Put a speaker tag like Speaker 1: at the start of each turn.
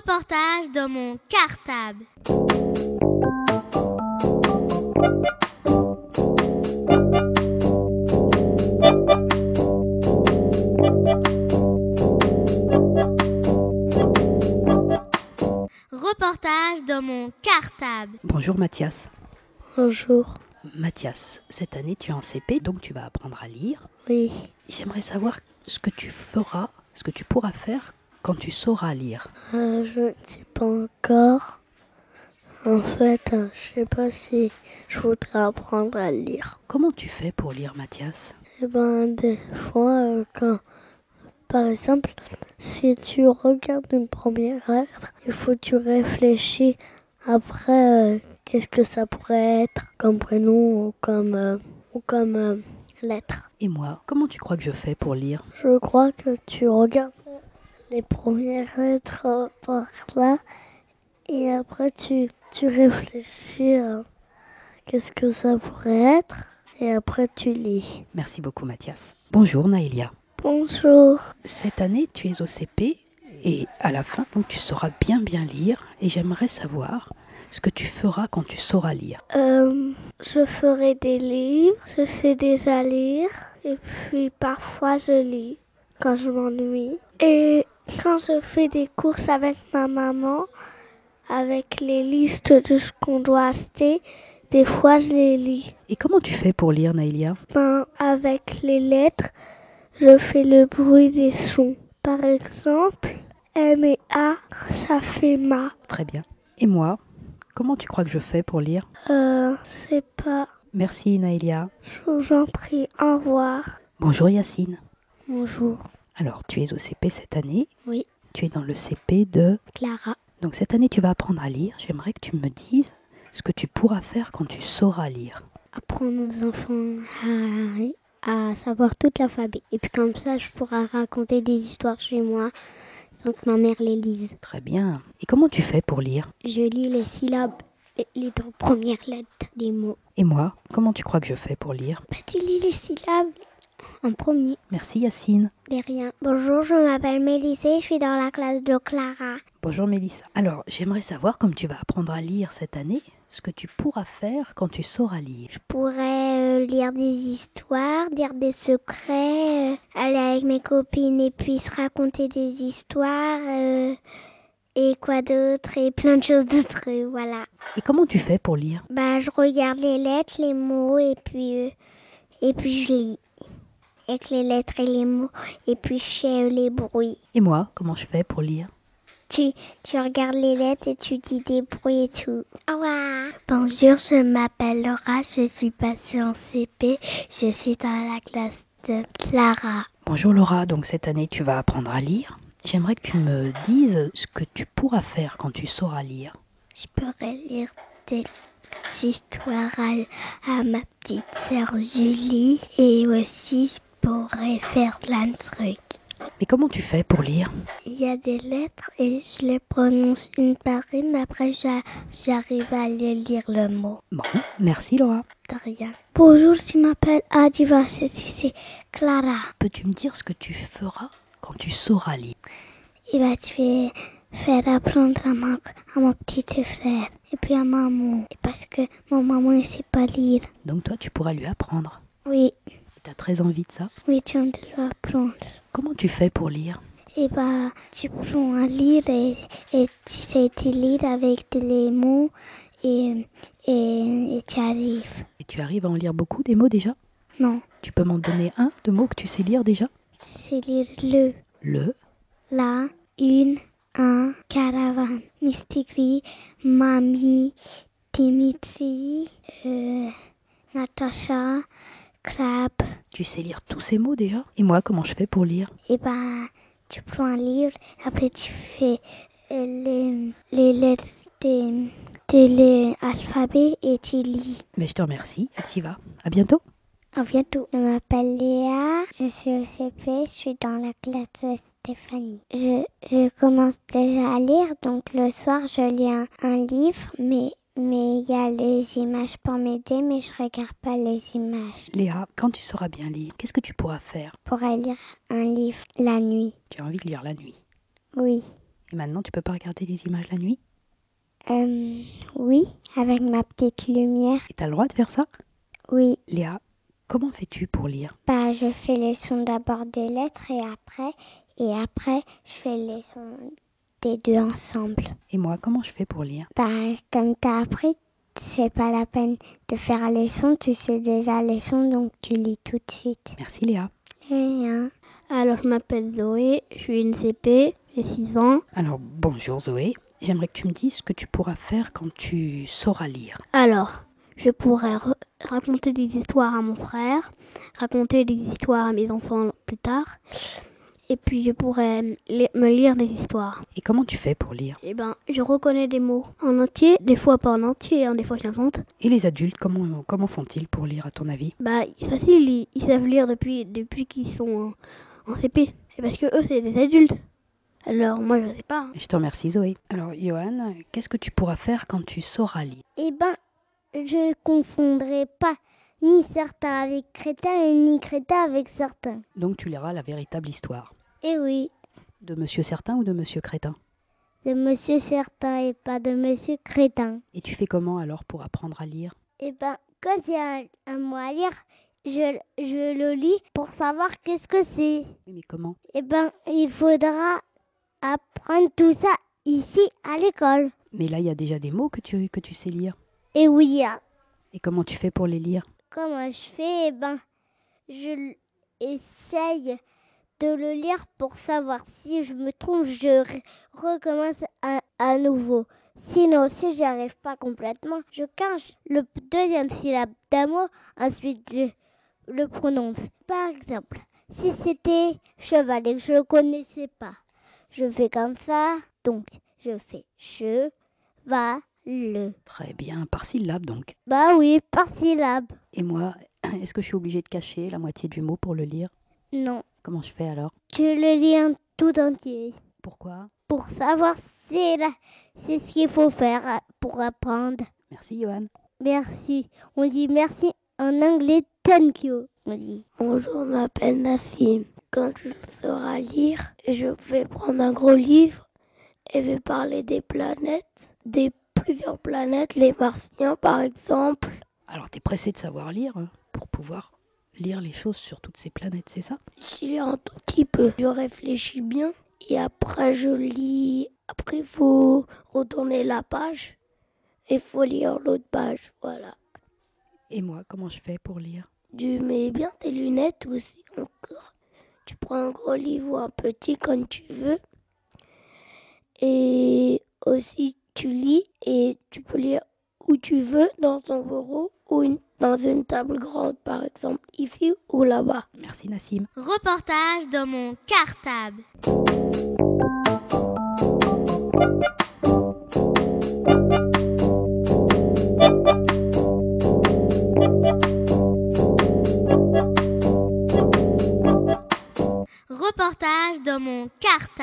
Speaker 1: Reportage dans mon cartable. Reportage dans mon cartable.
Speaker 2: Bonjour Mathias.
Speaker 3: Bonjour.
Speaker 2: Mathias, cette année tu es en CP, donc tu vas apprendre à lire.
Speaker 3: Oui.
Speaker 2: J'aimerais savoir ce que tu feras, ce que tu pourras faire quand tu sauras lire.
Speaker 3: Euh, je ne sais pas encore. En fait, euh, je sais pas si je voudrais apprendre à lire.
Speaker 2: Comment tu fais pour lire Mathias
Speaker 3: Eh ben, des fois, euh, quand, par exemple, si tu regardes une première lettre, il faut que tu réfléchis après euh, qu'est-ce que ça pourrait être comme prénom ou comme euh, ou comme euh, lettre.
Speaker 2: Et moi, comment tu crois que je fais pour lire
Speaker 3: Je crois que tu regardes les premières lettres euh, par là et après tu, tu réfléchis à qu'est-ce que ça pourrait être et après tu lis.
Speaker 2: Merci beaucoup Mathias. Bonjour Naïlia.
Speaker 3: Bonjour.
Speaker 2: Cette année tu es au CP et à la fin, donc tu sauras bien bien lire et j'aimerais savoir ce que tu feras quand tu sauras lire.
Speaker 3: Euh, je ferai des livres, je sais déjà lire et puis parfois je lis quand je m'ennuie. Et quand je fais des courses avec ma maman, avec les listes de ce qu'on doit acheter, des fois je les lis.
Speaker 2: Et comment tu fais pour lire Naïlia
Speaker 3: Ben, avec les lettres, je fais le bruit des sons. Par exemple, M et A, ça fait ma.
Speaker 2: Très bien. Et moi, comment tu crois que je fais pour lire
Speaker 3: Euh, je sais pas.
Speaker 2: Merci Naïlia.
Speaker 3: Je vous en prie, au revoir.
Speaker 2: Bonjour Yacine.
Speaker 3: Bonjour.
Speaker 2: Alors tu es au CP cette année
Speaker 3: Oui.
Speaker 2: Tu es dans le CP de...
Speaker 3: Clara.
Speaker 2: Donc cette année tu vas apprendre à lire. J'aimerais que tu me dises ce que tu pourras faire quand tu sauras lire.
Speaker 3: apprendre aux enfants à, à savoir toute l'alphabet. Et puis comme ça, je pourrai raconter des histoires chez moi sans que ma mère les lise.
Speaker 2: Très bien. Et comment tu fais pour lire
Speaker 3: Je lis les syllabes, et les deux premières lettres des mots.
Speaker 2: Et moi, comment tu crois que je fais pour lire
Speaker 3: Bah, tu lis les syllabes en premier,
Speaker 2: Merci Yacine.
Speaker 3: derrière. Bonjour, je m'appelle Mélisée, je suis dans la classe de Clara.
Speaker 2: Bonjour Mélissa. Alors, j'aimerais savoir, comme tu vas apprendre à lire cette année, ce que tu pourras faire quand tu sauras lire.
Speaker 3: pourrais euh, lire des histoires, dire des secrets, euh, aller avec mes copines et puis se raconter des histoires euh, et quoi d'autre et plein de choses d'autres, euh, voilà.
Speaker 2: Et comment tu fais pour lire
Speaker 3: Bah je regarde les lettres, les mots et puis euh, et puis je lis avec les lettres et les mots et puis je fais euh, les bruits.
Speaker 2: Et moi, comment je fais pour lire
Speaker 3: Tu, tu regardes les lettres et tu dis des bruits et tout. Au revoir. Bonjour, je m'appelle Laura, je suis passée en CP, je suis dans la classe de Clara.
Speaker 2: Bonjour Laura, donc cette année tu vas apprendre à lire. J'aimerais que tu me dises ce que tu pourras faire quand tu sauras lire.
Speaker 3: Je pourrais lire des histoires à, à ma petite sœur Julie et aussi je pourrais faire plein de trucs.
Speaker 2: Mais comment tu fais pour lire
Speaker 3: Il y a des lettres et je les prononce une par une, après j'a- j'arrive à aller lire le mot.
Speaker 2: Bon, merci Laura.
Speaker 3: Bonjour, je m'appelle Adiva, je suis Clara.
Speaker 2: Peux-tu me dire ce que tu feras quand tu sauras lire
Speaker 3: Et va tu vais faire apprendre à, ma, à mon petit frère et puis à maman. Et parce que mon maman ne sait pas lire.
Speaker 2: Donc toi, tu pourras lui apprendre.
Speaker 3: Oui,
Speaker 2: T'as très envie de ça.
Speaker 3: oui, tu vas dois apprendre.
Speaker 2: Comment tu fais pour lire
Speaker 3: Et bah, tu prends à lire et, et tu sais de lire avec les mots et, et, et tu arrives.
Speaker 2: Et tu arrives à en lire beaucoup des mots déjà
Speaker 3: Non,
Speaker 2: Tu peux m'en donner un, deux mots que tu sais lire déjà
Speaker 3: c'est lire le.
Speaker 2: Le,
Speaker 3: La, une, un, caravane. Mystigri, Mamie, Dimitri, euh, Natacha, Crabe.
Speaker 2: tu sais lire tous ces mots déjà Et moi, comment je fais pour lire
Speaker 3: Et ben, tu prends un livre, après tu fais euh, les, les lettres des, des les alphabets et tu lis.
Speaker 2: Mais je te remercie, et tu y vas. À bientôt
Speaker 3: À bientôt. Je m'appelle Léa, je suis au CP, je suis dans la classe de Stéphanie. Je, je commence déjà à lire, donc le soir je lis un, un livre, mais mais il y a les images pour m'aider, mais je regarde pas les images.
Speaker 2: Léa, quand tu sauras bien lire, qu'est-ce que tu pourras faire
Speaker 3: Je pourrais lire un livre la nuit.
Speaker 2: Tu as envie de lire la nuit.
Speaker 3: Oui.
Speaker 2: Et maintenant, tu peux pas regarder les images la nuit
Speaker 4: Euh, oui, avec ma petite lumière.
Speaker 2: Et t'as le droit de faire ça
Speaker 4: Oui,
Speaker 2: Léa, comment fais-tu pour lire
Speaker 4: bah je fais les sons d'abord des lettres et après et après je fais les sons des deux ensemble.
Speaker 2: Et moi, comment je fais pour lire
Speaker 4: Bah comme t'as appris, c'est pas la peine de faire les sons, tu sais déjà les sons donc tu lis tout de suite. hein.
Speaker 2: Merci Léa.
Speaker 4: Rien.
Speaker 5: Alors, je m'appelle Zoé, je suis une CP, j'ai 6 ans.
Speaker 2: Alors, bonjour Zoé. J'aimerais que tu me dises ce que tu pourras faire quand tu sauras lire.
Speaker 5: Alors, je pourrais re- raconter des histoires à mon frère, raconter des histoires à mes enfants plus tard, et puis je pourrais euh, li- me lire des histoires.
Speaker 2: Et comment tu fais pour lire
Speaker 5: Eh ben, je reconnais des mots en entier, des fois pas en entier, hein, des fois je l'invente.
Speaker 2: Et les adultes, comment, comment font-ils pour lire à ton avis
Speaker 5: Bah, c'est facile, ils, ils savent lire depuis, depuis qu'ils sont en, en CP. Et parce que eux, c'est des adultes. Alors, moi, je sais pas. hein.
Speaker 2: Je te remercie Zoé. Alors, Johan, qu'est-ce que tu pourras faire quand tu sauras lire
Speaker 4: Eh ben, je confondrai pas ni certains avec crétins et ni crétins avec certains.
Speaker 2: Donc, tu liras la véritable histoire.
Speaker 4: Eh oui,
Speaker 2: De Monsieur Certain ou de Monsieur Crétin
Speaker 4: de monsieur certain et pas de monsieur crétin.
Speaker 2: Et tu fais comment alors pour apprendre à lire
Speaker 4: Eh ben, quand il y a un, un mot à lire, je, je le lis pour savoir qu'est-ce que c'est.
Speaker 2: Oui, mais comment
Speaker 4: Eh ben, il faudra apprendre tout ça ici à l'école.
Speaker 2: Mais là, il y a déjà des mots que tu, que tu sais lire.
Speaker 4: Et oui, ah,
Speaker 2: Et comment tu fais pour les lire
Speaker 4: comment je fais Eh ben, je l- essaye de le lire pour savoir si je me trompe, je re- recommence à, à nouveau. Sinon, si j'y arrive pas complètement, je cache le p- deuxième syllabe d'un mot, ensuite je le prononce. Par exemple, si c'était cheval et que je le connaissais pas, je fais comme ça. Donc, je fais che va le.
Speaker 2: Très bien, par syllabe donc.
Speaker 4: Bah oui, par syllabe.
Speaker 2: Et moi, est-ce que je suis obligée de cacher la moitié du mot pour le lire
Speaker 4: Non.
Speaker 2: Comment je fais alors
Speaker 4: Tu le lis en tout entier
Speaker 2: Pourquoi
Speaker 4: pour savoir si la- c'est ce qu'il faut faire euh, pour apprendre.
Speaker 2: Merci Johan.
Speaker 4: Merci. On dit merci en anglais thank you. On dit.
Speaker 3: Bonjour, je m'appelle Nassim. Quand je saurai lire, je vais prendre un gros livre et vais parler des planètes, des plusieurs planètes, les martiens par exemple.
Speaker 2: Alors t'es pressé de savoir lire hein, pour pouvoir lire les choses sur toutes ces planètes, c'est ça
Speaker 3: J'y lis un tout petit peu. Je réfléchis bien et après je lis. Après, il faut retourner la page et faut lire l'autre page. Voilà.
Speaker 2: Et moi, comment je fais pour lire
Speaker 3: Tu mets bien tes lunettes aussi encore. Tu prends un gros livre ou un petit comme tu veux. Et aussi tu lis et tu peux lire où tu veux dans ton bureau ou une- dans une table grande par exemple ici ou là-bas.
Speaker 2: Merci Nassim.
Speaker 1: Reportage dans mon cartable. Reportage dans mon cartable.